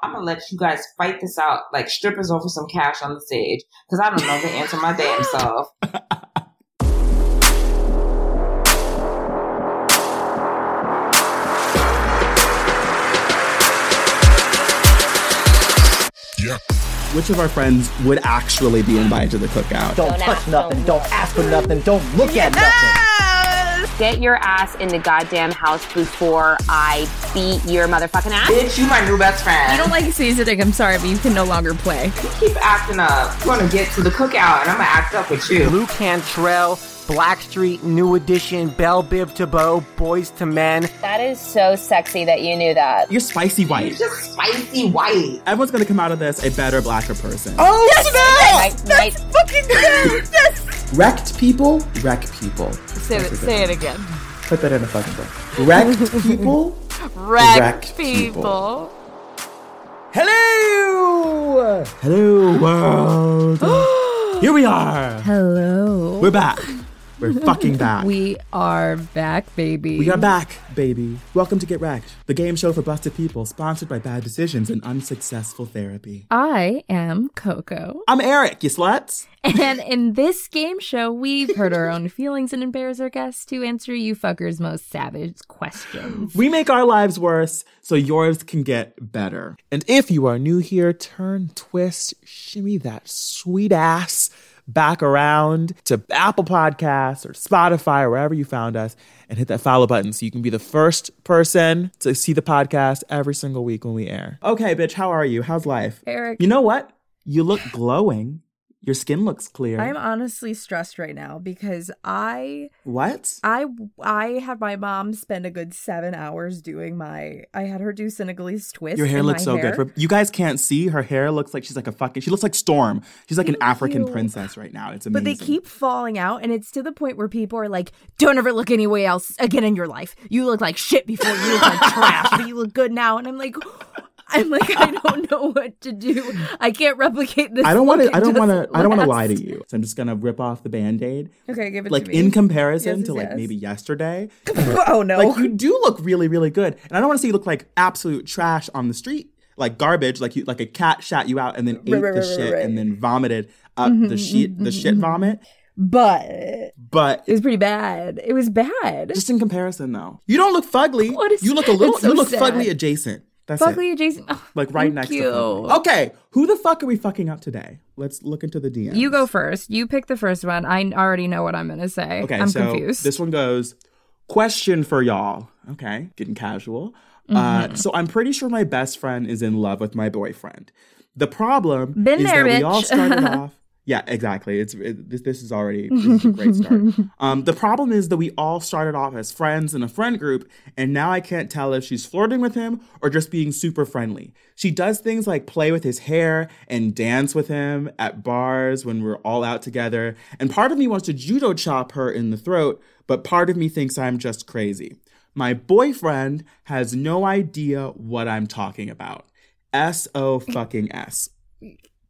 I'm gonna let you guys fight this out like strippers over some cash on the stage because I don't know the answer my damn self. Which of our friends would actually be invited to the cookout? Don't touch nothing. Don't ask for nothing. Don't look at nothing. Get your ass in the goddamn house before I beat your motherfucking ass. Bitch, you my new best friend. I don't like Susie Dick, I'm sorry, but you can no longer play. You keep acting up. We're gonna get to the cookout and I'm gonna act up with you. Lou Cantrell, Blackstreet, New Edition, Bell Biv DeVoe, Boys to Men. That is so sexy that you knew that. You're spicy You're white. just spicy white. Everyone's gonna come out of this a better, blacker person. Oh, yes, Might- might- Wrecked people, wreck people. Say it, say it again. Put that in a fucking book. Wrecked people. Wreck, Wreck people. people. Hello. Hello world. Here we are. Hello. We're back. We're fucking back. We are back, baby. We are back, baby. Welcome to Get Wrecked, the game show for busted people, sponsored by bad decisions and unsuccessful therapy. I am Coco. I'm Eric, you sluts. And in this game show, we've hurt our own feelings and embarrass our guests to answer you fuckers' most savage questions. We make our lives worse so yours can get better. And if you are new here, turn, twist, shimmy that sweet ass back around to Apple Podcasts or Spotify or wherever you found us and hit that follow button so you can be the first person to see the podcast every single week when we air. Okay, bitch, how are you? How's life? Eric. You know what? You look glowing. Your skin looks clear. I'm honestly stressed right now because I what? I I had my mom spend a good seven hours doing my I had her do Senegalese twist. Your hair in looks my so hair. good. You guys can't see. Her hair looks like she's like a fucking. She looks like Storm. She's like an Thank African you. princess right now. It's But amazing. they keep falling out, and it's to the point where people are like, "Don't ever look anywhere else again in your life. You look like shit before. You look like trash, but you look good now." And I'm like, I'm like, I don't know what to do. I can't replicate this. I don't want look. to. I It don't want to. doesn't I don't want to last. lie to you. So I'm just gonna rip off the band aid. Okay, give it Like to me. in comparison Yes, to yes, like yes. maybe yesterday, oh no. like you do look really really good and i don't want to see you look like absolute trash on the street like garbage like you like a cat shat you out and then ate right, the right, shit right. Mm-hmm, and then vomited up the shit the shit vomit but it but was pretty bad. It was bad. just in comparison though you don't look fugly What is- you look a little it's so you look sad. fugly adjacent that's Fugly it adjacent. Oh, like right thank next you. to Oh, fugly. okay who the fuck are we fucking up today let's look into the dm You go first. You pick the first one. I already know what I'm going to say. Okay, I'm so confused. this one goes question for y'all. Okay, getting casual. Mm-hmm. Uh, so I'm pretty sure my best friend is in love with my boyfriend. The problem Been is there, that we bitch. all started off. Yeah, exactly. It's it, this. This is already this is a great start. Um, the problem is that we all started off as friends in a friend group, and now I can't tell if she's flirting with him or just being super friendly. She does things like play with his hair and dance with him at bars when we're all out together. And part of me wants to judo chop her in the throat, but part of me thinks I'm just crazy. My boyfriend has no idea what I'm talking about. S O fucking S.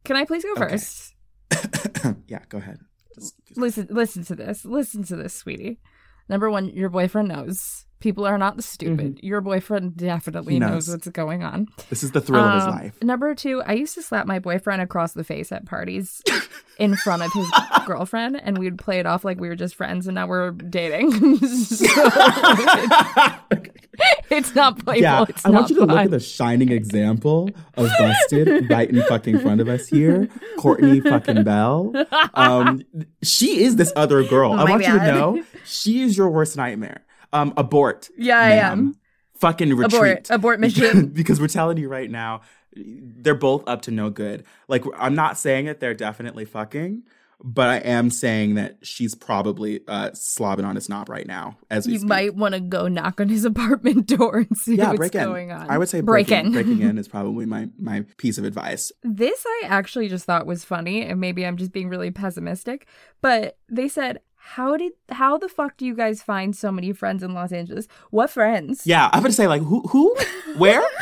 Can I please go Okay. first? yeah, go ahead. Just- Listen, listen to this. Listen to this, sweetie. Number one, your boyfriend knows. People are not stupid. Your boyfriend Mm-hmm. definitely He knows. knows. what's going on. This is the thrill of his Um, life. Number two, I used to slap my boyfriend across the face at parties in front of his girlfriend, and we'd play it off like we were just friends, and now we're dating. so it's not playful. yeah, it's I want not you to look at fun. the shining example of Busted right in fucking front of us here, Courtney fucking Bell. Um, she is this other girl. I Oh my want you to God. know she is your worst nightmare. Um, abort. Yeah, I ma'am. am. Fucking retreat. Abort mission. because we're telling you right now, they're both up to no good. Like I'm not saying that they're definitely fucking, but I am saying that she's probably uh, slobbing on his knob right now. As we You speak. might want to go knock on his apartment door and see yeah, what's break in. going on. I would say break, in. Breaking in is probably my my piece of advice. This I actually just thought was funny, and maybe I'm just being really pessimistic, but they said, How did how the fuck do you guys find so many friends in Los Angeles? What friends? Yeah, I'm gonna say like who who where?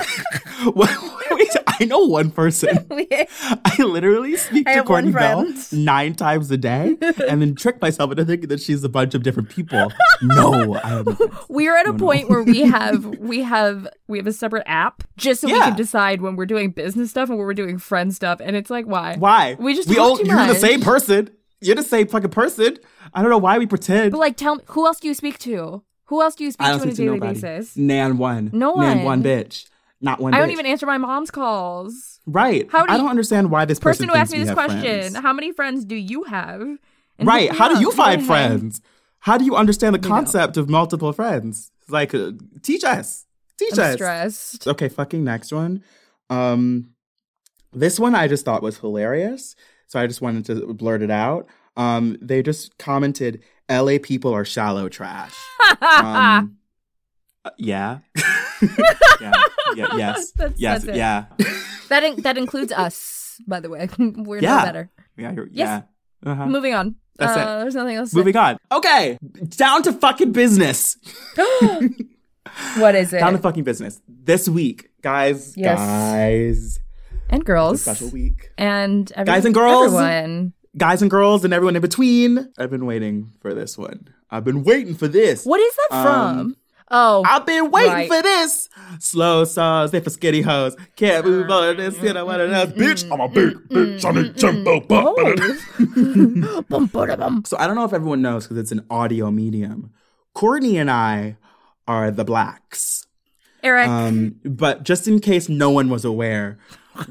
What- wait, I know one person. I literally speak I to have one Courtney Bell friend. nine times a day, and then trick myself into thinking that she's a bunch of different people. No, I have no friends. We're at a No, no. point where we have we have we have a separate app just so we Yeah. can decide when we're doing business stuff and when we're doing friend stuff, and it's like why? Why? We just we talk all too you're the much. same person. You're the same fucking person. I don't know why we pretend. But like, tell me who else do you speak to? Who else do you speak I to don't on a speak to daily nobody. basis? Nan one. No Nan one. one bitch. Not one. I don't bitch. even answer my mom's calls. Right. How do I you- don't understand why this person, Person who asked me thinks this we have question: friends. How many friends do you have? And look right. me How do up. you find don't have- friends? How do you understand the concept of multiple friends? Like, uh, teach us. Teach I'm us. stressed. Okay, fucking next one. Um, this one I just thought was hilarious, so I just wanted to blurt it out. Um, they just commented, "LA people are shallow trash." um, uh, yeah. yeah. Yeah. Yes. That's- yes. that's it. yeah. That in- that includes us, by the way. We're no Yeah. better. Yeah. you're- Yes. Yeah. Uh-huh. Moving on. That's it. uh, There's nothing else. to Moving on. Okay, down to fucking business. say. What is it? Down to fucking business. This week, guys. Yes. Guys. It's and a girls. special week. And every- Guys and girls. Everyone. Guys and girls and everyone in between. I've been waiting for this one. I've been waiting for this. What is that from? Um, oh, I've been waiting Right. for this. Slow songs, they for skinny hoes. Can't move on this, you know what it is. Bitch, I'm a big bitch. I'm a jumbo pop. Oh. So I don't know if everyone knows because it's an audio medium. Courtney and I are the blacks. Eric. Um, but just in case no one was aware,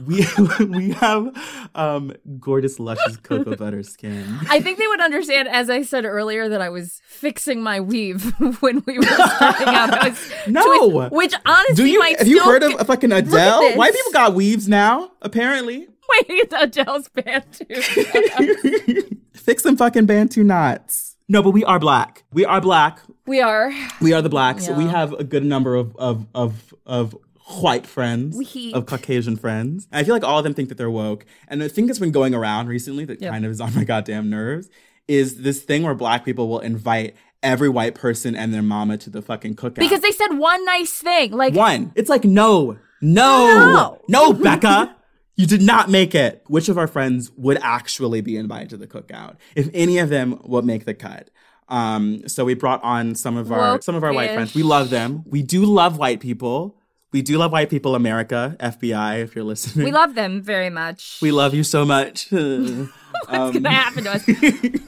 we we have um, gorgeous, luscious cocoa butter skin. I think they would understand, as I said earlier, that I was fixing my weave when we were starting out. I was No. twist- which honestly, Do you might have you still heard of fucking Adele? this. White people got weaves now, apparently. wait, it's Adele's band too. Fix some fucking bantu knots. No, but we are black. We are black. we are. We are the blacks. We have a good number of of of of white friends, We- of Caucasian friends. And I feel like all of them think that they're woke. And the thing that's been going around recently that kind of is on my goddamn nerves is this thing where black people will invite every white person and their mama to the fucking cookout Because they said one nice thing. Like, one. It's like no, no, no, Becca. You did not make it. Which of our friends would actually be invited to the cookout? If any of them would make the cut. Um, so we brought on some of our some of our white friends. We love them. We do love white people. We do love white people, America, FBI, if you're listening. we love them very much. we love you so much. What's going to happen to us?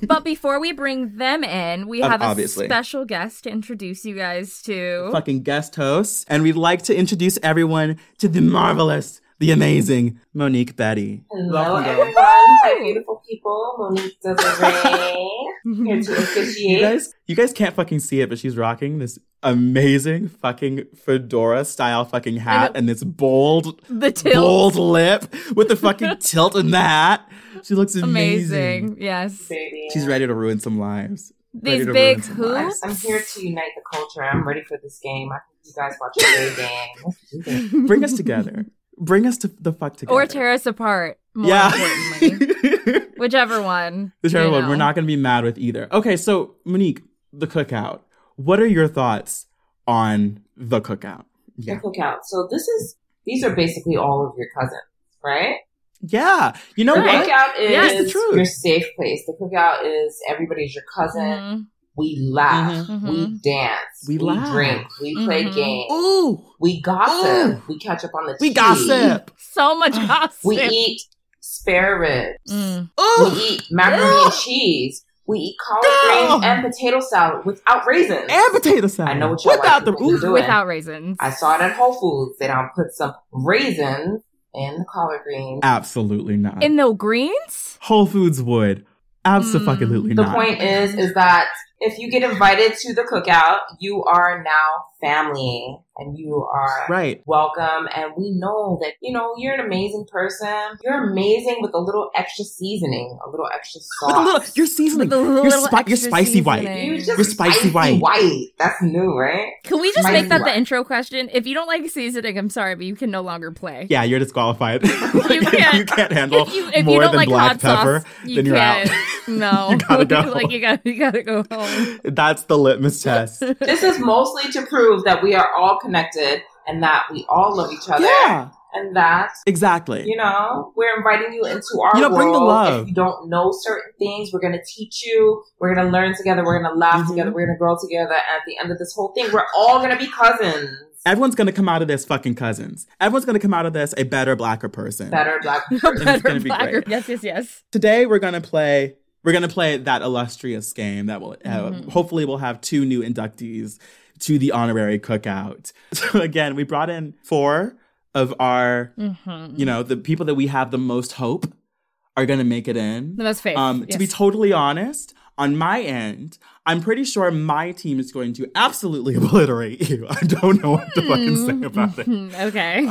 but before we bring them in, we Um, have a obviously. special guest to introduce you guys to. fucking guest hosts. And we'd like to introduce everyone to the marvelous, the amazing Monique Betty. Hello, Welcome, everyone. girl. Hi, beautiful people. Monique Desiree. Here to You officiate. guys, you guys can't fucking see it, but she's rocking this amazing fucking fedora style fucking hat and this bold, The tilt. bold lip with the fucking tilt in the hat. She looks amazing. Amazing. Yes. baby. She's ready to ruin some lives. Ready These to big ruin some who? lives. I'm here to unite the culture. I'm ready for this game. I think you guys watch a great game. Let's do this. Bring us together. Bring us to the fuck together. Or tear us apart. More Yeah. importantly. Whichever one. Whichever you one, know. we're not going to be mad with either. Okay, so Monique, the cookout. What are your thoughts on the cookout? The Yeah. cookout. So this is these are basically all of your cousins, right? Yeah. You know The what? cookout is Yes, the truth. your safe place. The cookout is everybody's your cousin. Mhm. We laugh. Mhm. We dance. Mm-hmm. We We, laugh. Mm-hmm. drink. We play Mhm. games. Ooh. We gossip. Ooh. We catch up on the Mm. We tea. gossip. So much gossip. We eat spare ribs. Mm. We Ooh. eat macaroni and cheese. We eat collard Girl. greens and potato salad without raisins. And potato salad. I know what y'all Without like the people ooh. to do. Without raisins. I saw it at Whole Foods. They don't put some raisins in the collard greens. Absolutely not. In the greens? Whole Foods would. Mm. Absolutely The not. point is, is that if you get invited to the cookout, you are now family. and you are Right. welcome. And we know that, you know, you're an amazing person. You're amazing with a little extra seasoning, a little extra With a little, sauce. you're seasoning. With a You're, little spi- you're extra spicy white. seasoning. You're just You're spicy white. That's new, right? Can we just Might make be that the right. intro question? If you don't like seasoning, I'm sorry, but you can no longer play. Yeah, you're disqualified. Like, if can't- you can't handle If you if more you don't than like black hot pepper, sauce, you then you're can't. out. No, You gotta go. like you got you gotta go home. That's the litmus test. This is mostly to prove that we are all connected and that we all love each other. yeah, And that, exactly. you know, we're inviting you into our You know, world. bring the love. If you don't know certain things, we're going to teach you. We're going to learn together. We're going to laugh Mhm. together. We're going to grow together. And at the end of this whole thing, we're all going to be cousins. Everyone's gonna come out of this fucking cousins. Everyone's gonna come out of this a better blacker person. Better black it's Better gonna be blacker. great. Yes, yes, yes. Today we're gonna play. We're gonna play that illustrious game that will uh, Mm-hmm. hopefully we'll have two new inductees to the honorary cookout. So again, we brought in four of our, Mm-hmm. you know, the people that we have the most hope are gonna make it in. The most faith. Um, To be yes. totally honest, on my end, I'm pretty sure my team is going to absolutely obliterate you. I don't know what to fucking say about it. Mm, okay.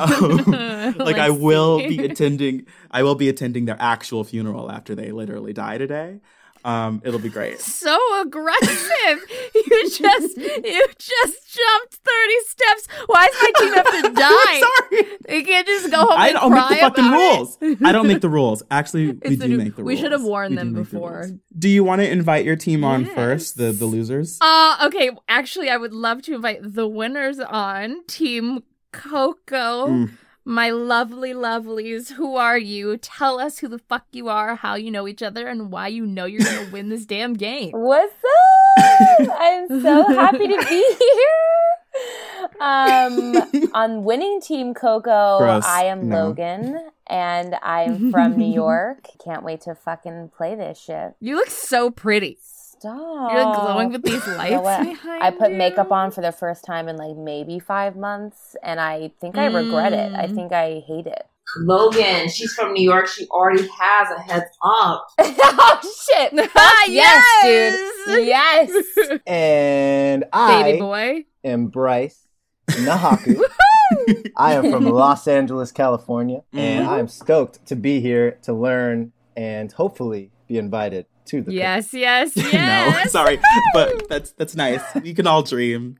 Um, like I Let's will see. be attending, I will be attending their actual funeral after they literally die today. Um, it'll be great. so aggressive. you just you just jumped 30 steps. Why is my team have to die? Sorry, They can't just go home I and don't make cry the fucking about it? rules. I don't make the rules. Actually, we It's do the new- make the rules. we should have warned We do them make the before. rules. Do you want to invite your team on first, the the losers? Uh, okay. Actually, I would love to invite the winners on Team Coco. My lovely lovelies, who are you? Tell us who the fuck you are, how you know each other, and why you know you're gonna win this damn game. What's up? I'm so happy to be here. Um, on winning team Coco, Gross. I am No. Logan, and I'm from New York. Can't wait to fucking play this shit. You look so pretty. Stop. You're glowing with these You know lights what? behind I put you. makeup on for the first time in like maybe five months, and I think I regret it. Hmm. I think I hate it. Logan, she's from New York. She already has a heads up. oh shit! Fuck yes, dude. Yes. And I baby boy. am Bryce Nahaku. I am from Los Angeles, California, and I'm stoked to be here to learn and hopefully be invited to the Yes, yes, no, yes. sorry, but that's that's nice. You can all dream.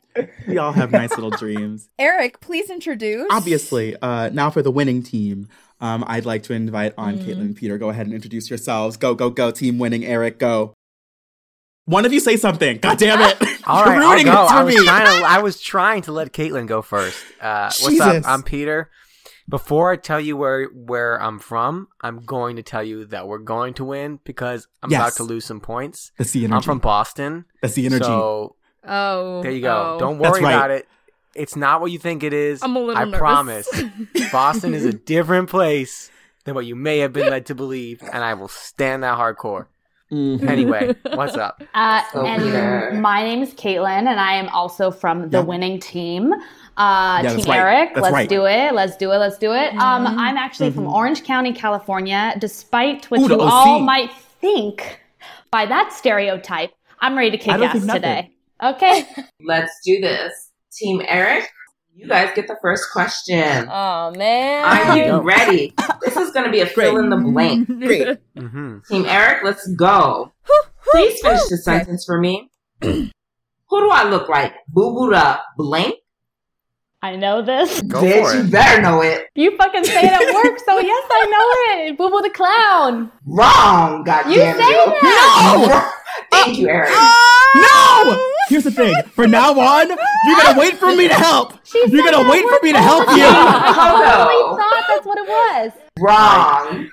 We all have nice little dreams. Eric, please introduce. Obviously, uh, now for the winning team, um, I'd like to invite Mm. on Caitlin and Peter. Go ahead and introduce yourselves. Go, go, go! Team winning, Eric. Go. One of you say something. God damn it! All You're right, I'll ruining go. I it was for me. trying to. I was trying to let Caitlin go first. Uh, what's Jesus. up? I'm Peter. Before I tell you where where I'm from, I'm going to tell you that we're going to win because I'm Yes. about to lose some points. That's the energy. I'm from Boston, That's the energy. so Oh, there you go. oh. Don't That's worry right. about it. It's not what you think it is. I'm a little I nervous. promise. Boston is a different place than what you may have been led to believe, and I will stand that hardcore. Mm-hmm. Mhm. Anyway, what's up? Uh, So and weird. my name is Caitlin, and I am also from the Yeah. winning team. Uh, Yeah, team that's right. Eric, That's let's right. Mm-hmm. do it. Let's do it. Let's do it. Um, Mm-hmm. I'm actually from Orange County, California. Despite what Ooh, the you OC. all might think by that stereotype, I'm ready to kick I don't ass think nothing. today. Okay. Let's do this. Team Eric, you guys get the first question. Oh man. Are you Go. ready? This is going to be a fill in the blank. Great. hmm Team Eric, let's go. Please finish the sentence for me. Who do I look like? Boo boo da blank? I know this. Go Bitch, for you it. better know it. You fucking say it at work, so yes, I know it. Boo Boo the Clown. Wrong, goddamn You say that. No! Thank you, Eric. Uh, Ah! No! Here's the thing. From now on, you're gonna wait for me to help. you're gonna wait for me to help you. I Coco. thought that's what it was. Wrong.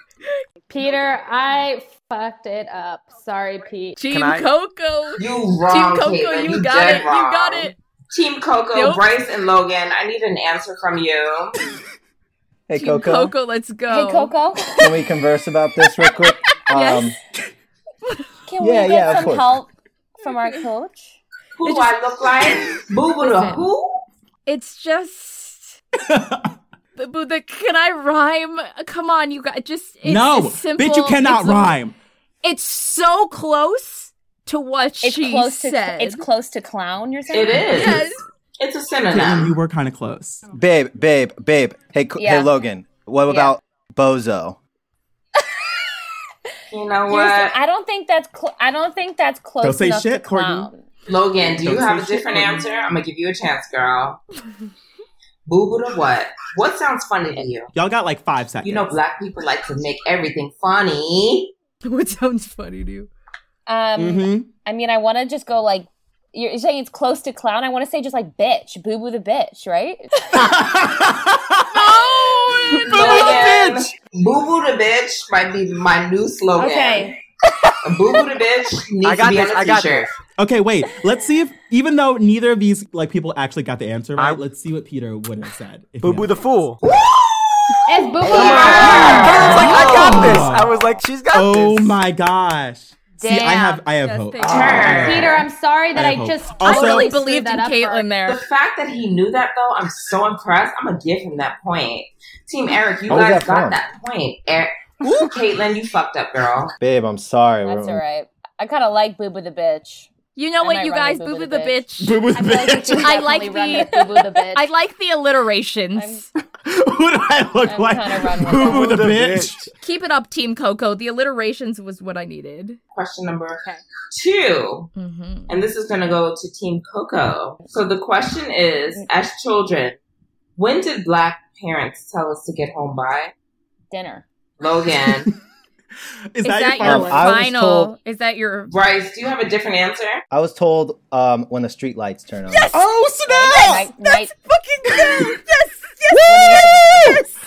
Peter, I fucked it up. Sorry, Pete. Team Can I- Coco. You wrong, Team Coco, Caitlin. you, You got dead it. You got wrong. it. Team Coco, Nope. Bryce, and Logan, I need an answer from you. Hey, Team Coco. Coco, let's go. Hey Coco, Can we converse about this real quick? Um, can Yeah, yeah, we get of some course. help from our coach? Who do I look like? Boo boo da Listen. who? It's just. but, but the, can I rhyme? Come on, you guys. Just it's no, it's simple. bitch, you cannot it's a- rhyme. it's so close to what It's she close said. to it's close to clown. You're saying It is. Yes. It's a Caitlin, synonym. you were kind of close. Babe, babe, babe. Hey, C- Yeah. hey, Logan. What about bozo? You know You're s- what? I don't think that's cl- I don't think that's close say enough shit, to Courtney. clown. Logan, do you Don't have a say shit, different Courtney. answer? I'm gonna give you a chance, girl. Boo boo to what? What sounds funny to you? Y'all got like five seconds. You know, black people like to make everything funny. what sounds funny to you? Um, Mhm. I mean, I want to just go like you're you're saying it's close to clown. I want to say just like bitch, boo boo the bitch, right? Mm-hmm. Logan, Boo boo the bitch might be my new slogan. Okay. Boo boo the bitch needs I got to be this, on I a got t-shirt. this. Okay, wait. Let's see if even though neither of these like people actually got the answer right, I- let's see what Peter would have said. if he Boo boo had- the fool. It's boo boo. I was like, I got this. Oh. I was like, she's got Oh this. my gosh. See, I have I have Yes, hope. they Ah. Turn. Peter, I'm sorry that I I, hope. just Also- I really screwed believed in that up for- Caitlin The there. fact that he knew that though, I'm so impressed. I'm gonna give him that point. Team Eric, you What was that guys Oh, got from? that point. Eric, Ooh, Caitlin, you fucked up, girl. Babe, I'm sorry. That's We're- all right. I kind of like boo boo the bitch. You know And I what, you run guys, with boo Boo boo Boo the the bitch. Boo boo the I feel like we bitch. should I like definitely the- run with boo boo the bitch. I like the alliterations. Who do I look I'm kinda like? run with Boo boo that. the Boo the bitch. Keep it up, Team Coco. The alliterations was what I needed. Question number two. Mm-hmm. And this is going to go to Team Coco. So the question is as children, when did black parents tell us to get home by? dinner. Logan. Is Is that, that your your final- I was final? told- Is that your? Bryce, do you have a different answer? I was told um, when the street lights turn on. Oh snap! Night, night, Fucking yes,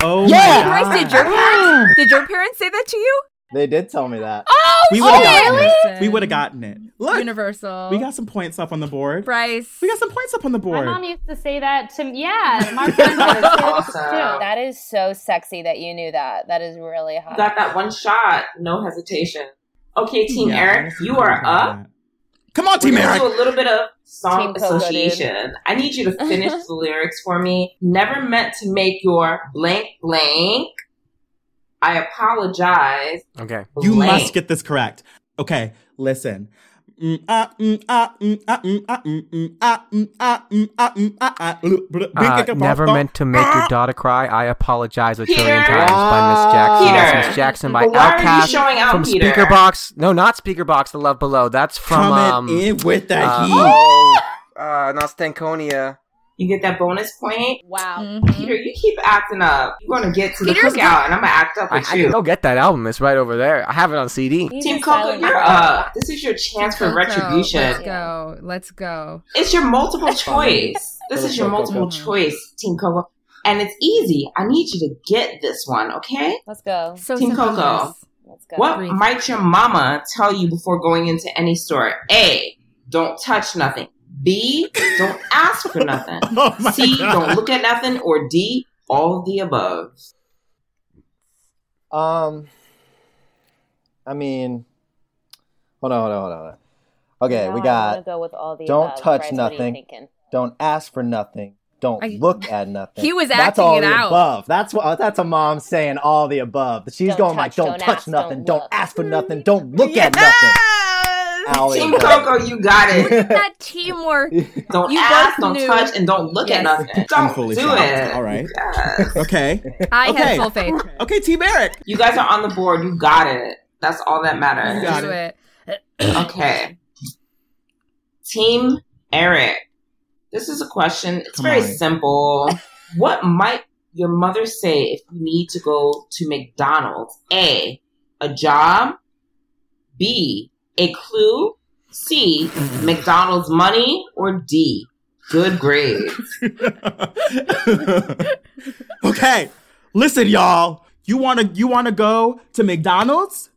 Oh Yeah! my God. Bryce, did your parents did your parents say that to you? They did tell me that. we would have gotten it. Listen. We would have gotten it. Look, Universal. we got some points up on the board. Bryce. We got some points up on the My board. mom used to say that to me. Yeah, my friend used to say that Awesome. too. That is so sexy that you knew that. That is really You hot. got that one shot. No hesitation. Okay, Team Yeah, Eric, honestly, you we are would've up. gotten that. Come on, We're Team gonna do Eric. a little bit of song Team Coco, dude. association. I need you to finish the lyrics for me. Never meant to make your blank blank. I apologize. Okay. You blank. must get this correct. Okay, listen. Mm, ah, mm, ah, mm, ah, mm, ah, mm, mm, ah, mm, ah, mm, ah, mm, ah, ah, blu- blu- Uh, big- big- never bong- meant to make Ah. your daughter cry. I apologize a trillion Peter. times by Miss Jackson. Peter. That's Miss Jackson by But why are you Outcast showing out, from Peter? Speaker Box. No, not Speaker Box. The Love Below. That's from Coming um. in with the uh, heat. oh, uh, not Stankonia. You get that bonus point. wow. Mm-hmm. Peter, you keep acting up. You're gonna get to the Peter's cookout, and I'm gonna act up I, I with can you. go get that album. It's right over there. I have it on CD. He's Team a Coco, silent you're killer. up. This is your chance for Coco, Let's retribution. go. Let's go. It's your multiple choice. This Little is your Coco. multiple choice, Team Coco. And it's easy. I need you to get this one, okay? Let's go. So Team simple, Coco. guys. Let's go. What Breathe. might your mama tell you before going into any store? A. Don't touch nothing. B. Don't ask for nothing. Oh my C. Don't God. look at nothing. Or D. All of the above. Ah! Um, I mean, hold on, hold on, hold on, hold on. Okay, Now we I got wanna go with all the don't above. touch Bryce, What are you nothing. thinking? don't ask for nothing. Don't I- look at nothing. He was that's acting all it the out. above. That's what. That's a mom saying all the above. She's Don't going touch, like, don't, don't touch ask, nothing. don't Don't, look. ask for nothing. Mm. Don't look at nothing. Yes! Oh, All the Team above. Coco, you got it. That teamwork. Don't You ask, both don't knew. touch, and don't look Yes. at nothing. I'm Don't fully do shocked. it. All right. Yes. Okay. I Okay. have full faith. Okay, Team Eric. You guys are on the board. You got it. That's all that You matters. got Do it. Okay. Team Eric. This is a question. It's Come very on. simple. What might your mother say if you need to go to McDonald's? A. A job. B. A clue. C. McDonald's money. Or D. Good grades. okay, listen, y'all. You wanna you wanna go to McDonald's?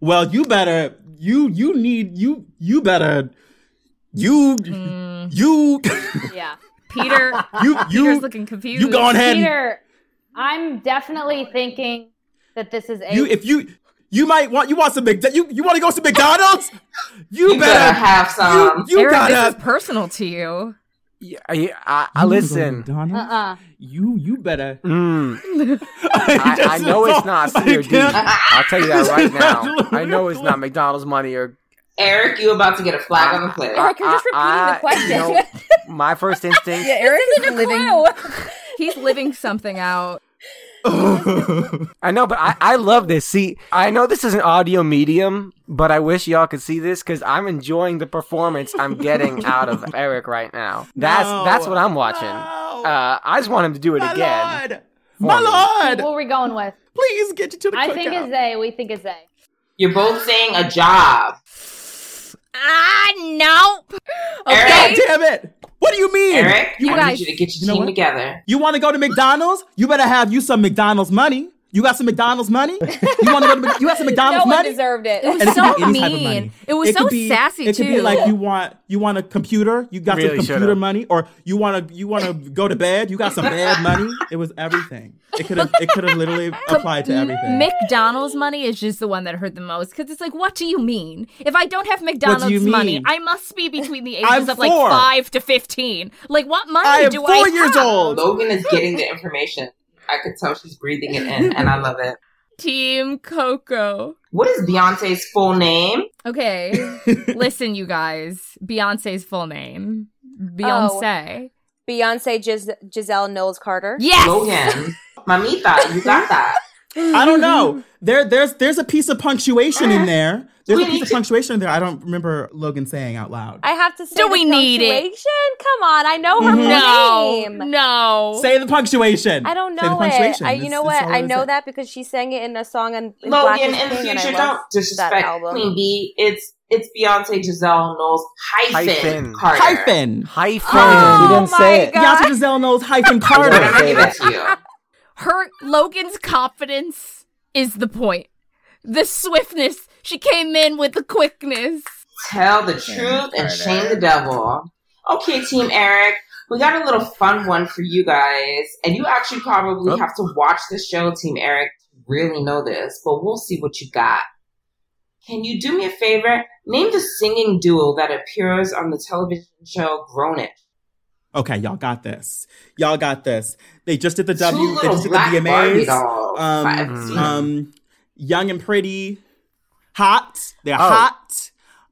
Well, you better you you need you you better you Mm. you Yeah. Mm, Peter. you Peter's you looking confused. you go on ahead. and- Peter, I'm definitely thinking that this is a You if you you might want you want some Mc, you you want to go to McDonald's? You You better better have some. you you Eric, this gotta is personal to you. Yeah, I, I, I listen. McDonald's? uh-uh. You you better. Mm, I, I know it's not C or D. I can't- I'll tell you that right This is now. absolutely I know it's not McDonald's money or Eric, you about to get a flag on the play. Eric, you're just repeating the question. Uh, no, my first instinct. Yeah, Eric is isn't a living. clue. He's living something out. I know, but I, I love this. See, I know this is an audio medium, but I wish y'all could see this because I'm enjoying the performance I'm getting out of Eric right now. That's No. that's what I'm watching. No. Uh, I just want him to do it My again. lord, for my me. What lord, were we going with? please get you to the. I think it's A. We think it's A. You're both saying a job. Ah, nope. God Eric, damn it! What do you mean? Eric, You I guys- need you to get You your know team what? together. You want to go to McDonald's? You better have you some McDonald's money. You got some McDonald's money? You want to go to Mc- you have some No McDonald's one money? deserved it. It And was e- it could so be any type of money. mean. It was could so be- sassy It could be too. like you want you want a computer. You got Really some should've. computer money, or you want to you want to go to bed. You got some bed money. It was everything. It could have it could have literally applied to everything. McDonald's money is just the one that hurt the most because it's like, what do you mean? If I don't have McDonald's money, mean? I must be between the ages I'm of like four. five to fifteen. Like, what money I am do four I years have? old. Logan is getting the information. I could tell she's breathing it in, and I love it. Team Coco. What is Beyonce's full name? Okay, listen, you guys. Beyonce's full name, Oh. Beyonce. Beyonce Gis- Giselle Knowles Carter. Yes. Logan, Mamita, you got that. I don't know. There there's there's a piece of punctuation in there. There's a piece of punctuation in there. I don't remember Logan saying out loud. I have to say, Do the we need it? Mm-hmm. punctuation? Come on, I know her full No. name. No. Say the punctuation. I don't Say the know it. punctuation. I, It's- you know it's what? all I it know is. that because she sang it in a song in, in Black Logan, is in the King, and I future, love don't disrespect album. Queen B. It's it's Beyonce Giselle Knowles hyphen, Hyphen. Carter. Hyphen. Hyphen. She Oh didn't say my it. Beyonce god! Giselle knows hyphen Logan, Carter. I'm gonna give it to you. her Logan's confidence is the point. The swiftness. She came in with the quickness. Tell the truth and shame the devil. Okay, Team Eric, we got a little fun one for you guys, and you actually probably Oh. have to watch the show, Team Eric, to really know this, but we'll see what you got. Can you do me a favor? Name the singing duo that appears on the television show Grown It. Okay, y'all got this. Y'all got this. They just did the W. Two They little just did the black Barbie VMAs. dolls. I've Um, seen um, young and pretty, hot. They're Oh. hot.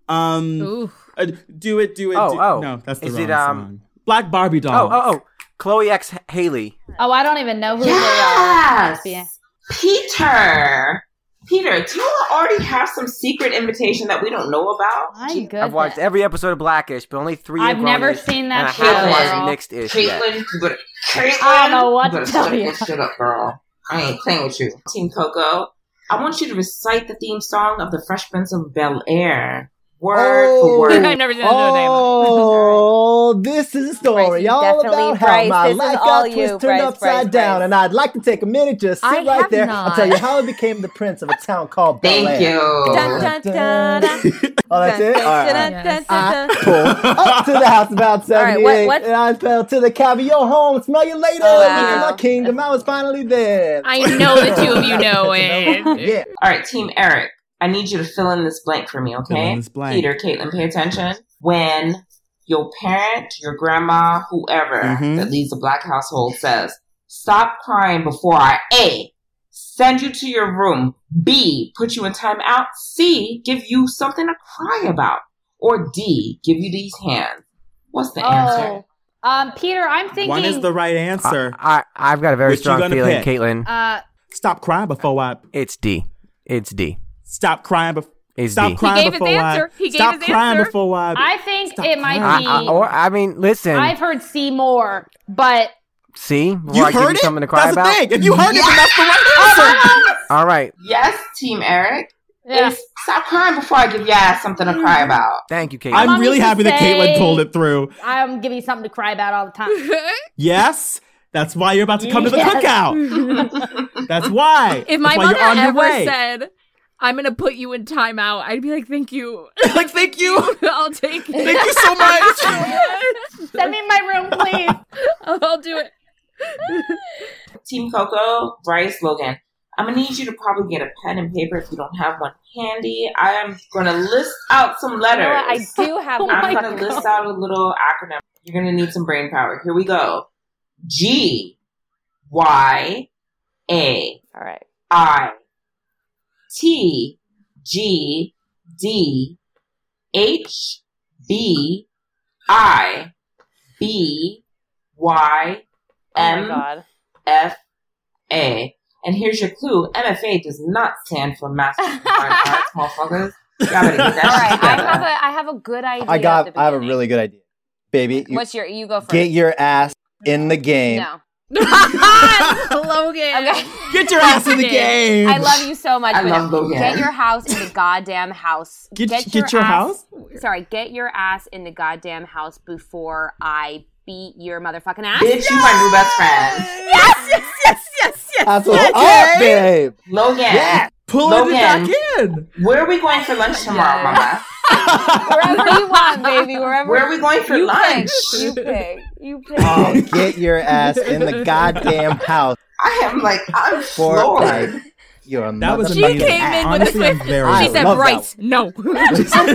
Um, Ooh. uh, do it, do it. Oh, do- oh. no, that's the Is wrong it, um, song. Black Barbie Oh, doll. oh, oh. Chloe X Haley. Oh, I don't even know who they are. Yeah. Yes, Peter. Peter, do you already have some secret invitation that we don't know about? My goodness. I've watched every episode of Blackish, but only three. of I've never Grownish, seen and I that haven't show, watched girl. Mixed Ish yet. Caitlin, you better, Caitlin, I don't know what to better tell shut you. this shit up, girl. I ain't playing with you. Team Coco, I want you to recite the theme song of the Fresh of Bel Air, word Oh. for word. I've never seen another name. Oh, this is a Bryce, story you all definitely- about how Bryce, my this is life all got you, twisted Bryce, turned upside Bryce, down, Bryce. and I'd like to take a minute to sit I right have there not. and tell you how I became the prince of a town called Bel Thank Air. you. Dun, dun, dun, dun. Oh, that's it. All right. Dun, dun, dun, dun, dun. pulled up to the house about All right, 78 what- what- and I fell to the caviar home. Smell you later. Wow. Into my kingdom. I was finally there. I know the two of you know it. yeah. All right, Team Eric, I need you to fill in this blank for me, okay? Fill in this blank. Peter, Caitlin, pay attention. When your parent, your grandma, whoever Mhm. that leads a black household says, stop crying before I A, send you to your room, B, put you in timeout, C, give you something to cry about, or D, give you these hands. What's the answer? Oh, um, Peter, I'm thinking. One is the right answer. I, I, have got a very Which you strong gonna feeling, pick? Caitlin. uh, stop crying before I It's D. It's D. stop crying. Before It's stop D. crying He gave his before answer. I He gave stop his crying answer. before I. I think Stop it might I, be. I, or I mean, listen. I've heard Seymour, but see, Before you I give heard it. something to cry that's about. the thing. If you heard it, then that's the right answer. All right, Yes, Team Eric. yeah. Mm-hmm. It's stop crying before I give your ass something to cry about. thank you, Caitlin. I'm Mommy really can happy that say- Caitlin pulled it through. I'm giving you something to cry about all the time. Yes, that's why you're about to come to the Yes. cookout. That's why. If that's my why mother you're on ever your way. said, I'm going to put you in timeout, I'd be like, thank you. like, thank you, I'll take it. thank you so much. Send me in my room, please. I'll do it. Team Coco, Bryce, Logan, I'm gonna need you to probably get a pen and paper if you don't have one handy. I am gonna list out some You know what? I letters. do have Oh one. my I'm gonna list out a little acronym. You're gonna need some brain power. Here we go. G Y A All right. I T G D H B I B Y oh my M god. FA. And here's your clue MFA does not stand for Master of Fine Arts, motherfuckers. Y'all better get All that right, shit I together. have a I have a good idea. I at got. the I have a beginning. really good idea, baby. You What's your? You go first. get your ass in the game. No. Logan. Okay. Get your ass in the game. I love you so much. I but love no. Logan. Get your house in the goddamn house. Get- get your house? ass- Sorry, get your ass in the goddamn house before I beat your motherfucking ass. Bitch, you my new best friend. Yes, yes, yes, yes, yes. That's what's up, babe. Logan, Pull Logan. it back in. where are we going for lunch tomorrow, mama? Wherever you want, baby. Wherever. Where are we going for you lunch? Pick. You pick. You pick. Oh, get your ass in the goddamn house I am like, I'm for like floored. you're a That was motherfucking She amazing. came in with Honestly, the I'm quick. very She said, love that "Right, no."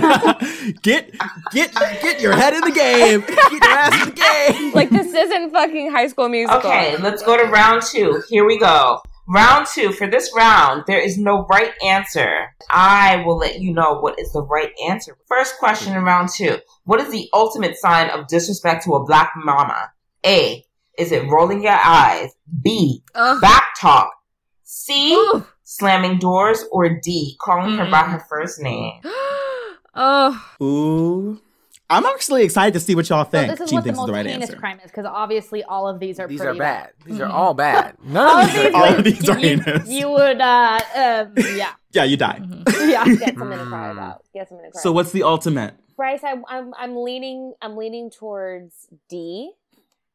get get get your head in the game. Get your ass in the game. Like this isn't fucking High School Musical. Okay, let's go to round two. Here we go. Round two. For this round, there is no right answer. I will let you know what is the right answer. First question in round two What is the ultimate sign of disrespect to a black mama? A. Is it rolling your eyes? B. Ugh. Back talk. C. Ooh. Mm-hmm. Slamming doors? Or D. Calling her by her first name? Oh, Ooh, I'm actually excited to see what y'all So think. this is Gene what the thinks is most the right heinous answer. crime is because obviously all of these are These are pretty bad. These are all bad. None of these are these All good. of these are heinous. You would, uh, um, yeah, yeah, you die. yeah. Get something to cry about. Get something to cry. Mm. So what's the ultimate? Bryce, I, I'm I'm leaning I'm leaning towards D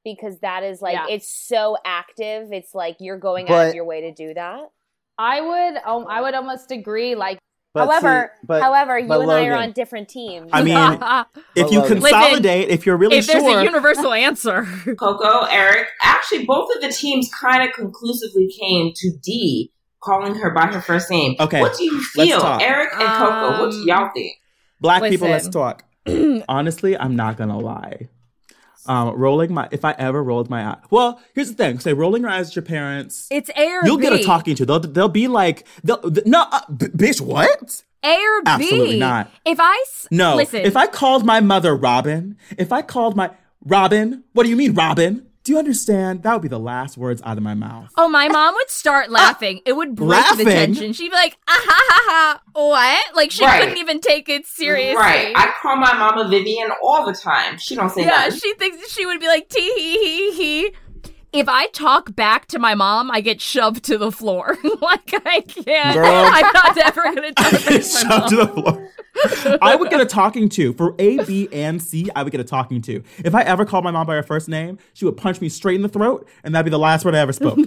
because that is like Yeah. it's so active. It's like you're going out of But- your way to do that. I would, um, I would almost agree. Like, But however, see, but however, you but and I are Logan. on different teams. I mean, if you Logan. consolidate, if you're really if there's sure, a universal answer, Coco, Eric, actually, both of the teams kind of conclusively came to D calling her by her first name. Okay, What do you let's feel, talk. Eric and Coco? What do Um, y'all think? black people, let's Listen. talk. Honestly, I'm not gonna lie. Um, rolling my if I ever rolled my eye. Well, here's the thing. Say rolling your eyes at your parents. it's A or You'll get a B. talking to. They'll they'll be like, they'll, th- no, uh, b- bitch, what? A or B. Absolutely not. If I s- No. listen, If I called my mother Robin, if I called my Robin, what do you mean, Robin? Do you understand? That would be the last words out of my mouth. Oh, my mom would start laughing. it would break Ah! Laughing? the tension. She'd be like, ah ha ha ha, what? Like she Right. couldn't even take it seriously. Right. I call my mama Vivian all the time. She don't say yeah, that. nothing. she thinks she would be like, tee hee hee hee. If I talk back to my mom, I get shoved to the floor. like I can't. Girl. I'm not ever gonna talk back to my Shove mom. to the floor. I would get a talking to for A, B, and C. I would get a talking to. If I ever called my mom by her first name, she would punch me straight in the throat, and that'd be the last word I ever spoke.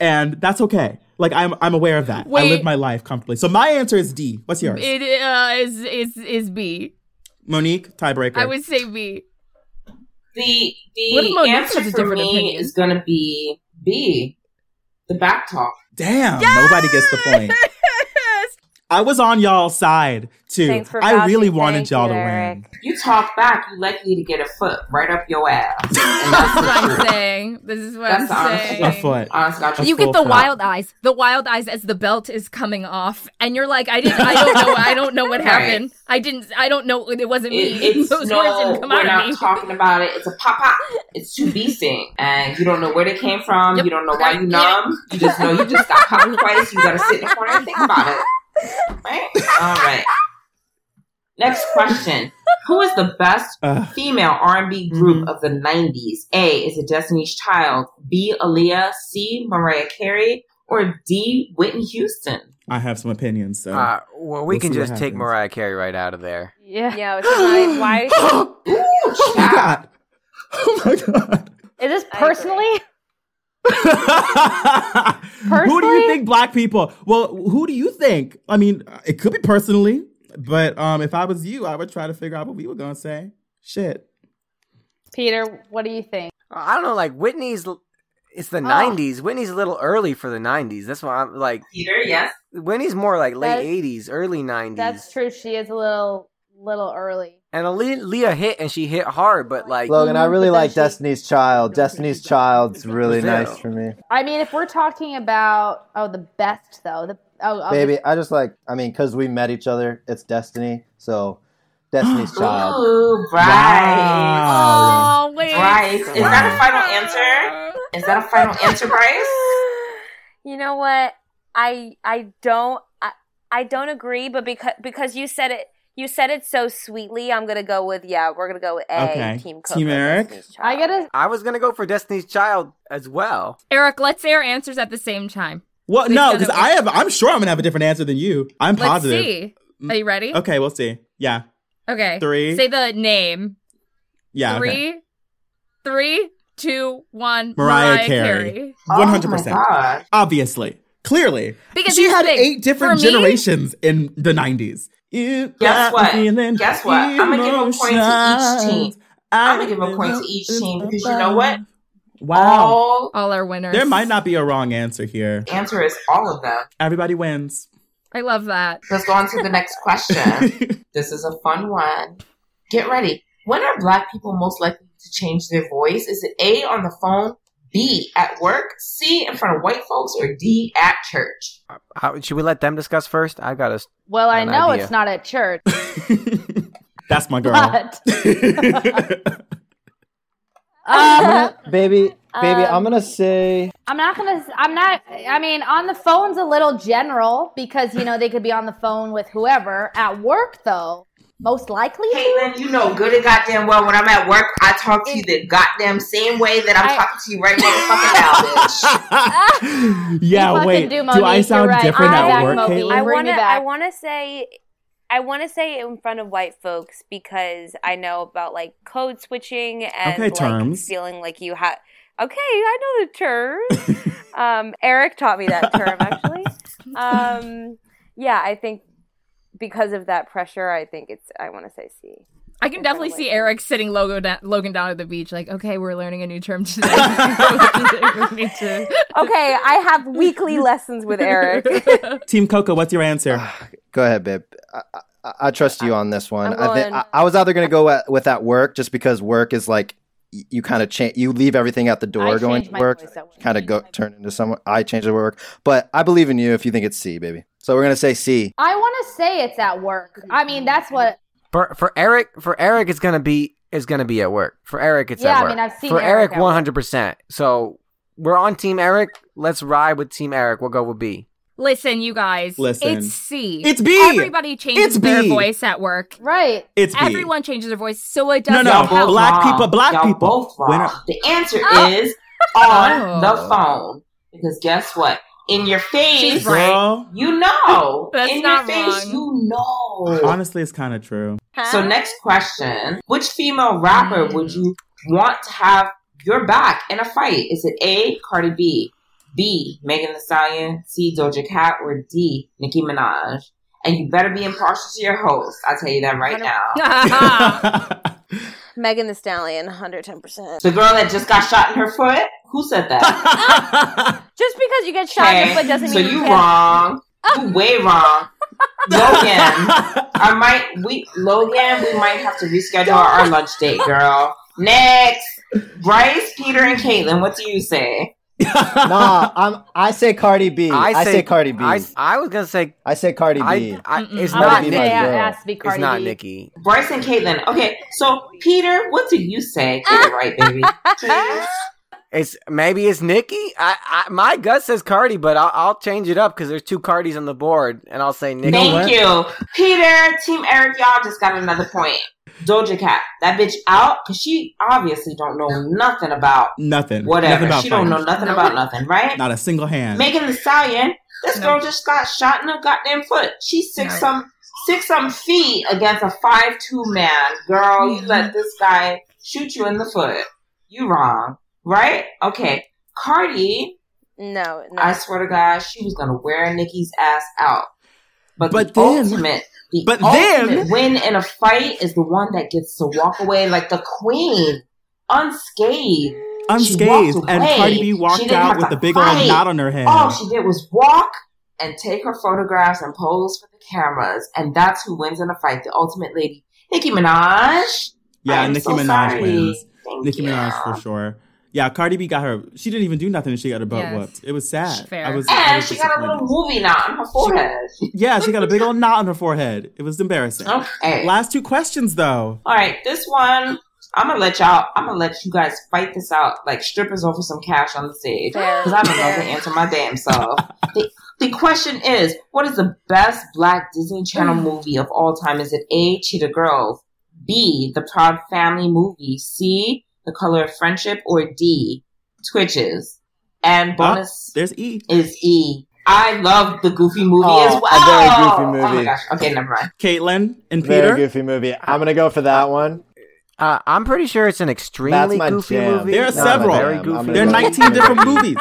and that's okay. Like I'm, I'm aware of that. I Wait. live my life comfortably. So my answer is D. What's yours? It uh, is is is B. Monique, tiebreaker. I would say B. The What if the Monique answer has a for different me opinion? is gonna be B. The back talk. Damn, nobody gets the point. I was on y'all's side too. Thanks for I really vouching. wanted Thank you, y'all to Eric. win. You talk back, you likely to get a foot right up your ass. That's what I'm saying. This is what That's I'm honest. saying. A foot. Honest, got A you get full the cup. wild eyes the wild eyes as the belt is coming off and you're like i didn't i don't know i don't know what Right. happened i didn't i don't know it wasn't It, me it's those no, words didn't come we're out not of me talking about it. It's a pop pop. It's too beasting, and you don't know where they came from. Yep. You don't know why you numb. Yeah. You just know you just got popped twice. You gotta sit in the corner and think about it. Right? All right. Next question: Who is the best Ugh. female R and B Mm-hmm. group of the '90s? A is it Destiny's Child? B Aaliyah? C Mariah Carey? Or D Whitney Houston? I have some opinions, so Uh, well, we We'll can see what just take happens. Mariah Carey right out of there. yeah. Yeah, it's fine. why Oh my god. Oh my god. Is this I agree. personally? who do you Personally? think black people? Well, who do you think? I mean, it could be personally, but um, if I was you, I would try to figure out what we were gonna say. Shit. Peter, what do you think? I don't know, like Whitney's. l- It's Oh. the '90s. Whitney's a little early for the '90s. That's why I'm like Peter, yes. Whitney's more like late That's- '80s, early '90s. That's true. She is a little, little early. And Ale- Leah hit and she hit hard, but like Logan, I really But then like she- Destiny's Child. Destiny's Child's really Brazil. nice for me. I mean, if we're talking about oh, the best though, the oh, I'll Baby, I just like, I mean, because we met each other, it's Destiny. So Destiny's Child. Ooh, Bryce. Wow. Oh wait, Bryce. Is that a final answer? Is that a final answer, Bryce? You know what? I I don't I, I don't agree, but because because you said it you said it so sweetly, I'm gonna go with yeah, we're gonna go with A Okay. team Cook. Team versus Eric? Destiny's Child. I gotta. I was gonna go for Destiny's Child as well. Eric, let's say our answers at the same time. Well, We've no, done because it I have. I'm sure I'm gonna have a different answer than you. I'm Let's positive. see. Are you ready? Okay, we'll see. Yeah, Okay. Three. Say the name. yeah. Okay. Three, three, two, one. Mariah Carey. One hundred percent. Oh my God. Obviously, clearly, Because she here's the had thing. eight different For me- generations in the nineties. You got Guess what? me feeling Guess what? I'ma give a point to each emotions. team. I'ma give a point to each team because you know what? Oh. Wow. All All our winners. There might not be a wrong answer here. answer is all of them. Everybody wins. I love that. Let's go on to the next question. this is a fun one. Get ready. When are black people most likely to change their voice? Is it A on the phone, B at work, C in front of white folks, or D at church? How, should we let them discuss first? I got us. Well, I An know idea. it's not at church, That's my girl. but I'm uh, gonna- baby, baby, I'm Um, gonna say I'm not gonna. I'm not. I mean, on the phone's a little general because you know they could be on the phone with whoever. At work, though, most likely. Caitlin, you know good and goddamn well when I'm at work, I talk to you the goddamn same way that I'm I- talking to you right now. Fucking now, You bitch. yeah, fucking wait. do, Do, I Monique. sound You're right. different I'm at back, work, Monique. I Caitlin? Bring me wanna I back. wanna say I wanna say in front of white folks because I know about like code switching and Okay, like terms. feeling like you have Okay, I know the term. um, Eric taught me that term actually. Um, yeah, I think because of that pressure, I think it's I wanna say C. I can definitely see Eric sitting logo da- Logan down at the beach, like, okay, we're learning a new term today. we need to. Okay, I have weekly lessons with Eric. Team Coco, what's your answer? Uh, Ah, Go ahead, babe. I, I, I trust you on this one. I'm I, going- think, I, I was either going to go at, with at work just because work is like y- you kind of change, you leave everything at the door I going changed to my work, voice at work. kind of go turn into someone. I change the work, but I believe in you if you think it's C, baby. So we're going to say C. I want to say it's at work. I mean, that's what. For for Eric, for Eric, it's gonna be is gonna be at work. For Eric, it's Yeah, at I work. mean, I've seen for Eric Eric, at work. one hundred percent. So we're on Team Eric. Let's ride with Team Eric. We'll go with B. Listen, you guys. Listen. It's C. It's B! Everybody changes It's B! their voice at work. Right. It's B. Everyone changes their voice, so it No, doesn't no, help. black wrong. people, black Y'all people. Both wrong. Winner. The answer is on the Oh. phone. Because guess what? In your face, She's right. Girl, you know. That's In not your face, wrong. you know. honestly, it's kind of true. So next question. Which female rapper would Hmm. you want to have your back in a fight? Is it A, Cardi B, B, Megan Thee Stallion, C, Doja Cat, or D, Nicki Minaj? And you better be impartial to your host. I'll tell you that right now. Ah. Megan the Stallion, 110%. The girl that just got shot in her foot? Who said that? Just because you get shot in your Okay, foot doesn't Oh. so mean you can't- wrong. You way wrong. Logan, I might we Logan, we might have to reschedule our lunch date, girl. Next, Bryce, Peter, and Caitlin. What do you say? nah, I'm, I say Cardi B. I say, Cardi B. I I, I was gonna say say Cardi B. I, I, Mm-mm. it's I'm not gonna be Nikki. my say it girl. has to be Cardi It's not B. Nikki. Bryce and Caitlin. Okay, so Peter, what do you say? Get it right, baby. Please. It's maybe it's Nikki. I, I my gut says Cardi, but I'll, I'll change it up because there's two Cardis on the board, and I'll say Nikki. Thank you. Peter, Team Eric, y'all just got another point. Doja Cat, that bitch out because she obviously don't know nothing about nothing. Nothing whatever. about She don't know finance. nothing about nothing, right? Not a single hand. Megan Thee Stallion, this No. girl just got shot in her goddamn foot. She's six No. some six some feet against a five two man. Girl, you let this guy shoot you in the foot. You wrong, right? Okay, Cardi, No, no. I swear to God, she was gonna wear Nikki's ass out. But, But the then- ultimate, the but ultimate then- win in a fight is the one that gets to walk away like the queen, unscathed. Unscathed. walked And away. Cardi B She walked didn't out have with to a big fight. old knot on her head. All she did was walk and take her photographs and pose for the cameras, and that's who wins in a fight. The ultimate lady, Nicki Minaj. I yeah, am Nicki so Minaj sorry. wins. Thank Nicki you. Minaj for sure. Yeah, Cardi B got her. She didn't even do nothing, and she got her butt Yes. whooped. It was sad. Fair. I was. I And was she got a little disappointed. movie knot on her forehead. Yeah, she got a big old knot on her forehead. It was embarrassing. Okay. Last two questions though. All right, this one I'm gonna let y'all. I'm gonna let you guys fight this out like strippers over some cash on the stage Fair. because I don't know the answer my damn self. the, the question is, what is the best Black Disney Mm. Channel movie of all time? Is it A. Cheetah Grove, B. The Proud Family movie, C. The Color of Friendship, or D. Twitches? And bonus There's E. is E. I love the Goofy movie Oh, as a well. very Goofy Oh my movie. gosh. Okay, never mind. Caitlin and Very Peter. goofy movie. I'm gonna go for that one. Uh, I'm pretty sure it's an extremely my goofy jam. movie. There are Not a several. Very I'm goofy. gonna There are go movie. 19 different movies.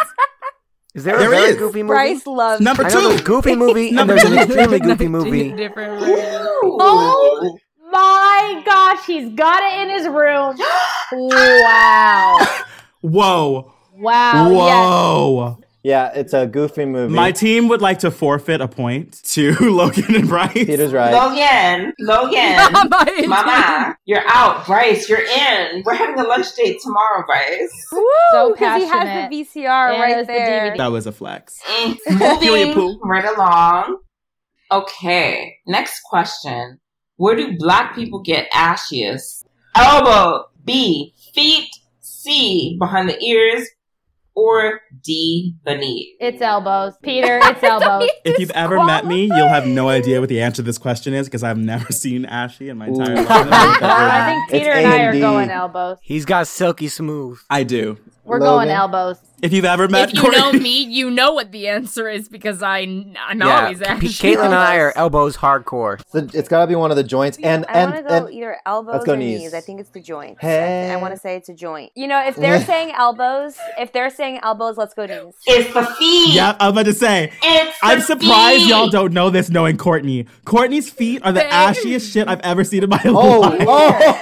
Is there, There a very is. goofy movie? Bryce loves I Number know there's two. a goofy movie and there's an extremely goofy movie. Different Oh my gosh, he's got it in his room. Wow. Whoa. Oh, Wow. Yes. Whoa. Yeah, it's a goofy movie. My team would like to forfeit a point to Logan and Bryce. Peter's right. Logan, Logan. Mama, you're out. Bryce, you're in. We're having a lunch date tomorrow, Bryce. Woo! So 'cause he has passionate. the VCR Yeah, right it's the there. DVD. That was a flex. Eh, Mm-hmm. Period, Pooh. Moving right along. Okay, next question. Where do black people get ashiest? Elbow, B, feet, C, behind the ears, or D, beneath? It's elbows. Peter, it's elbows. If you've ever met me, you'll have no idea what the answer to this question is because I've never seen Ashley in my entire Ooh. I life. think It's Peter and I are A&D. going elbows. He's got silky smooth. I do. We're Logan. going elbows. If you've ever met If you Courtney- know me, you know what the answer is because I, I'm always P- actually. Caitlin and I are elbows hardcore. It's the- it's gotta be one of the joints. And I and want to go and either elbows go or knees. knees. I think it's the joint. Hey. I, want to say it's a joint. You know, if they're saying elbows, if they're saying elbows, let's go knees. It's the feet. Yeah, I was about to say. It's the I'm surprised feet. y'all don't know this knowing Courtney. Courtney's feet are the Thank- ashiest shit I've ever seen in my oh, life. oh,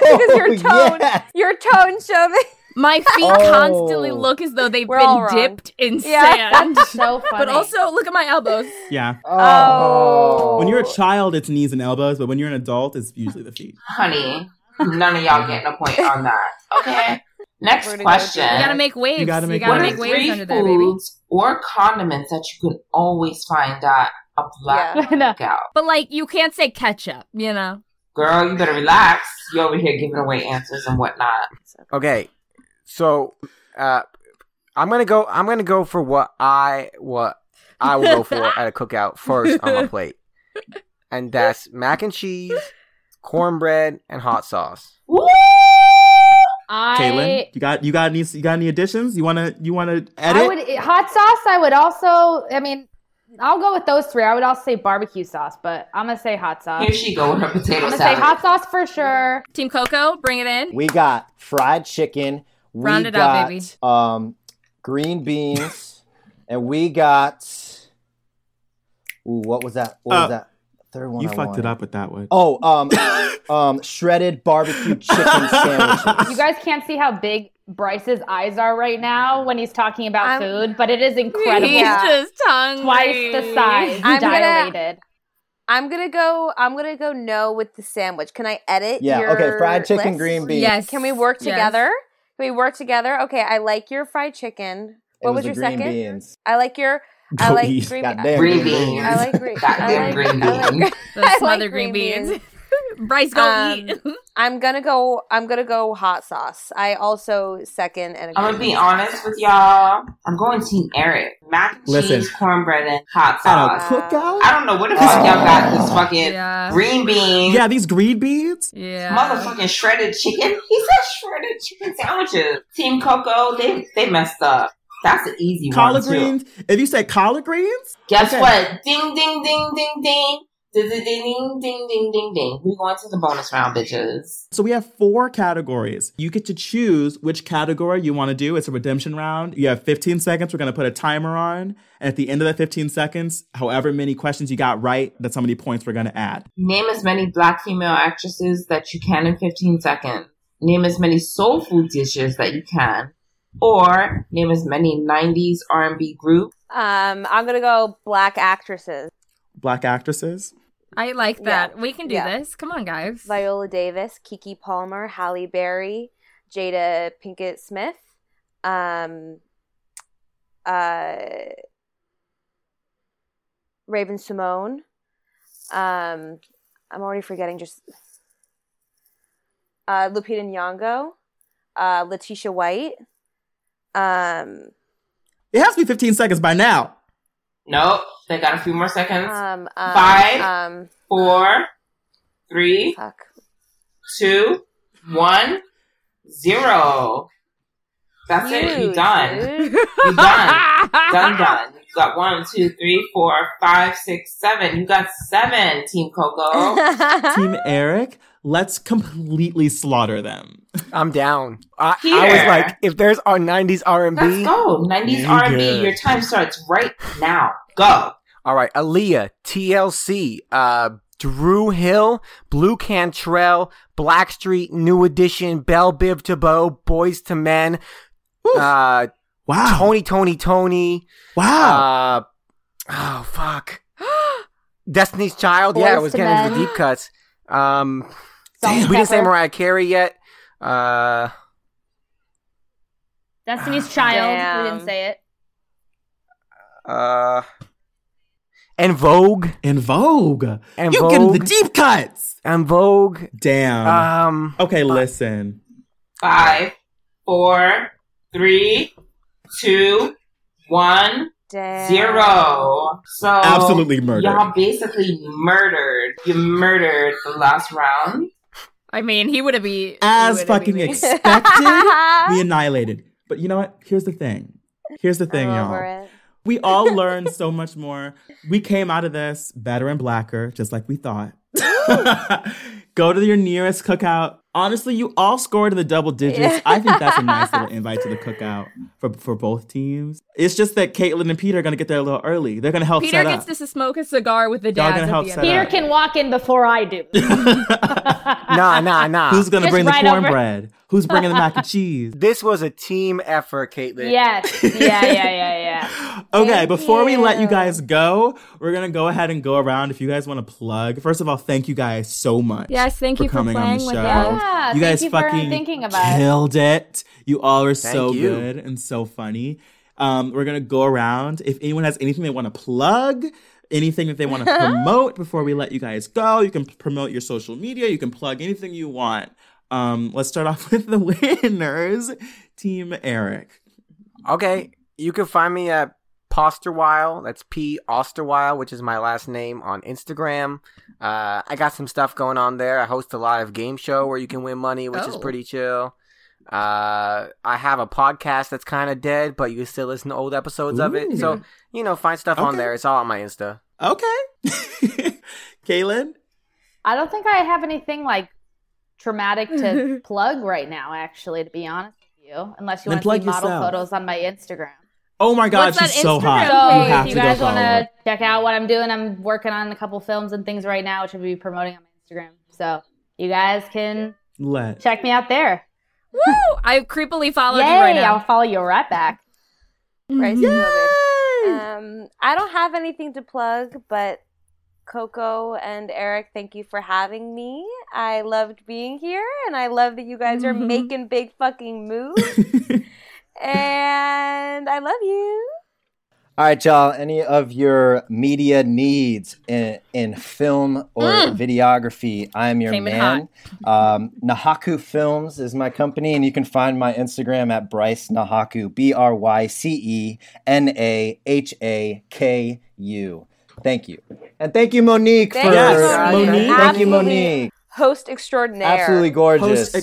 Because your tone, yes. your tone, showed My feet Oh. constantly look as though they've We're all been wrong. dipped in Yeah. sand. So funny. But also, look at my elbows. Yeah. Oh. When you're a child, it's knees and elbows, but when you're an adult, it's usually the feet. Honey, none of y'all getting a point on that. Okay, next Where to go, question. Julia? You gotta make waves. You gotta gotta make make, waves. What are waves three under there, baby. foods or condiments that you can always find at a black Yeah. I know. cookout? But like, you can't say ketchup, you know. Girl, you better relax. You over here giving away answers and whatnot. Okay, so uh, I'm gonna go. I'm gonna go for what I what I will go for at a cookout first on my plate, and that's mac and cheese, cornbread, and hot sauce. Woo! I, Kaylin, you got you got any you got any additions? You wanna you wanna I edit? would hot sauce. I would also. I mean, I'll go with those three. I would also say barbecue sauce, but I'm gonna say hot sauce. Here she go with her I'm potato gonna salad. say hot sauce for sure. Team Coco, bring it in. We got fried chicken. We Round it out, got baby. um green beans, and we got. Ooh, what was that? What Uh, was that? Third one. you I fucked it wanted. up with that one. Oh, um, um, shredded barbecue chicken sandwiches. You guys can't see how big Bryce's eyes are right now when he's talking about I'm- food, but it is incredible. He's Yeah. just hungry. Twice the size. I'm gonna- dilated. I'm gonna go. I'm gonna go. No, with the sandwich. Can I edit? yeah. Your Okay. Fried chicken, list? green beans. Yes. Can we work Yes. together? Can we work together? Okay, I like your fried chicken. It What was, the your green second? beans. I like your. I Go like eat. green. Goddamn Green green beans. I like green. I Goddamn like, green I like, bean. The I like smothered green, green beans. Bryce, go Um, eat. I'm gonna go. I'm gonna go hot sauce. I also second and I'm agree. gonna be honest with y'all. I'm going Team Eric. Mac and Listen. cheese, cornbread, and hot At a sauce. cookout? I don't know where the fuck y'all got this fucking Yeah. green beans, yeah, these green beans? Yeah. motherfucking shredded chicken. He said shredded chicken sandwiches. Team Coco, they they messed up. That's an easy Collard one too. greens? If you said collard greens, Guess Okay. what? Ding, ding, ding, ding, ding. Ding, ding, ding, ding, ding, ding, ding. We're going to the bonus round, bitches. So we have four categories. You get to choose which category you want to do. It's a redemption round. You have 15 seconds. We're going to put a timer on. And at the end of the 15 seconds, however many questions you got right, that's how many points we're going to add. Name as many black female actresses that you can in 15 seconds. Name as many soul food dishes that you can. Or name as many 90s R&B groups. Um, I'm gonna go black actresses. Black actresses. I like Yeah. that. We can do Yeah. this. Come on, guys. Viola Davis, Kiki Palmer, Halle Berry, Jada Pinkett Smith, um, uh, Raven Simone. Um, I'm already forgetting just uh, Lupita Nyong'o, uh, Letitia White. Um, It has to be 15 seconds by now. Nope. They got a few more seconds. um, um, Five. Um, Four, three, fuck. two, one, zero. That's it. You done. dude. You done. done. Done. You got one, two, three, four, five, six, seven. You got seven, Team Coco. Team Ah. Eric, let's completely slaughter them. I'm down. I, I was Here. like, if there's our 90s Let's R&B, go. Nineties Yeah. R and B. Your time starts right now. Go. all right, Aaliyah, TLC, uh, Drew Hill, Blue Cantrell, Blackstreet, New Edition, Bell Biv DeVoe, Boys to Men, uh, Wow. Tony, Tony, Tony, wow. uh, oh fuck, Destiny's Child. yeah, I Boyz was II getting into Men. the deep cuts. Um, Salt and we didn't say Pepper. Mariah Carey yet. Uh, Destiny's Child. We Damn. didn't say it. uh, and Vogue, In Vogue. and you Vogue, getting the deep cuts. and Vogue. Damn. Um, okay, listen. Five, four, three, two, one, Damn. zero. So Absolutely murdered. Y'all basically murdered. You murdered the last round. I mean, he would have been As fucking expected, we annihilated. But you know what? Here's the thing. Here's the thing, I'm y'all. over it. We all learned so much more. We came out of this better and blacker, just like we thought. Go to your nearest cookout. Honestly, you all scored in the double digits. Yeah. I think that's a nice little invite to the cookout for, for both teams. It's just that Caitlin and Peter are going to get there a little early. They're going to help Peter set gets up. to smoke a cigar with the Y'all dads gonna at help the end. set Peter up. can walk in before I do. nah, nah, nah. Who's going to Just bring the right over. cornbread? Who's bringing the mac and cheese? this was a team effort, Caitlin. yes. Yeah, yeah, yeah, yeah. Okay, Thank before we let you you. guys go, we're gonna go ahead and go around. If you guys want to plug, first of all, thank you guys so much. Yes, thank for you for coming on the playing with show. us. Yeah, you thank guys you for uh, fucking thinking about it. killed it. You all are so Thank you. good and so funny. Um, we're gonna go around. If anyone has anything they want to plug, anything that they want to promote before we let you guys go, you can p- promote your social media. You can plug anything you want. Um, let's start off with the winners, Team Eric. Okay, you can find me at Posterwile. That's P Osterwile, which is my last name on Instagram. Uh, I got some stuff going on there. I host a live game show where you can win money, which is Oh. pretty chill. Uh, I have a podcast that's kind of dead, but you can still listen to old episodes of Ooh. it. So you know, find stuff on Okay. there. It's all on my Insta. Okay, Kaylin. I don't think I have anything like traumatic to plug right now, actually, to be honest with you. Unless you Then want to plug see model yourself. photos on my Instagram. Oh my God, What's that she's so Instagram hot. page? So you have if you to guys go follow want her. to check out what I'm doing, I'm working on a couple films and things right now, which I'll be promoting on my Instagram. So you guys can Let. check me out there. Woo! I creepily followed Yay! you right I'll now. Mm-hmm. follow you right back. Right, so COVID. Um, I don't have anything to plug, but Coco and Eric, thank you for having me. I loved being here, and I love that you guys are making big fucking moves. and I love you. All right, y'all. Any of your media needs in, in film or videography, I'm your Came in man. Um, Nahaku Films is my company, and you can find my Instagram at Bryce Nahaku, B R Y C E N A H A K U. Thank you. And thank you, Monique, Thank for Yes, you, Monique. Monique. Thank you, Absolutely. Monique. Host extraordinaire. Absolutely Post gorgeous. Beautiful.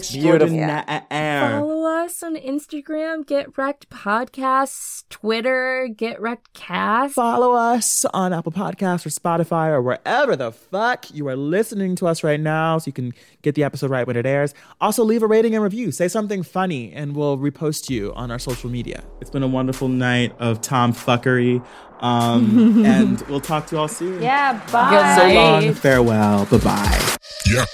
extraordinaire. Follow us on Instagram, Get Wrecked Podcasts, Twitter, Get Wrecked Cast. Follow us on Apple Podcasts or Spotify or wherever the fuck you are listening to us right now so you can get the episode right when it airs. Also, leave a rating and review. Say something funny and we'll repost you on our social media. It's been a wonderful night of Tom fuckery. Um, and we'll talk to you all soon. Yeah, bye. Good So night. long, farewell, bye bye. Yeah.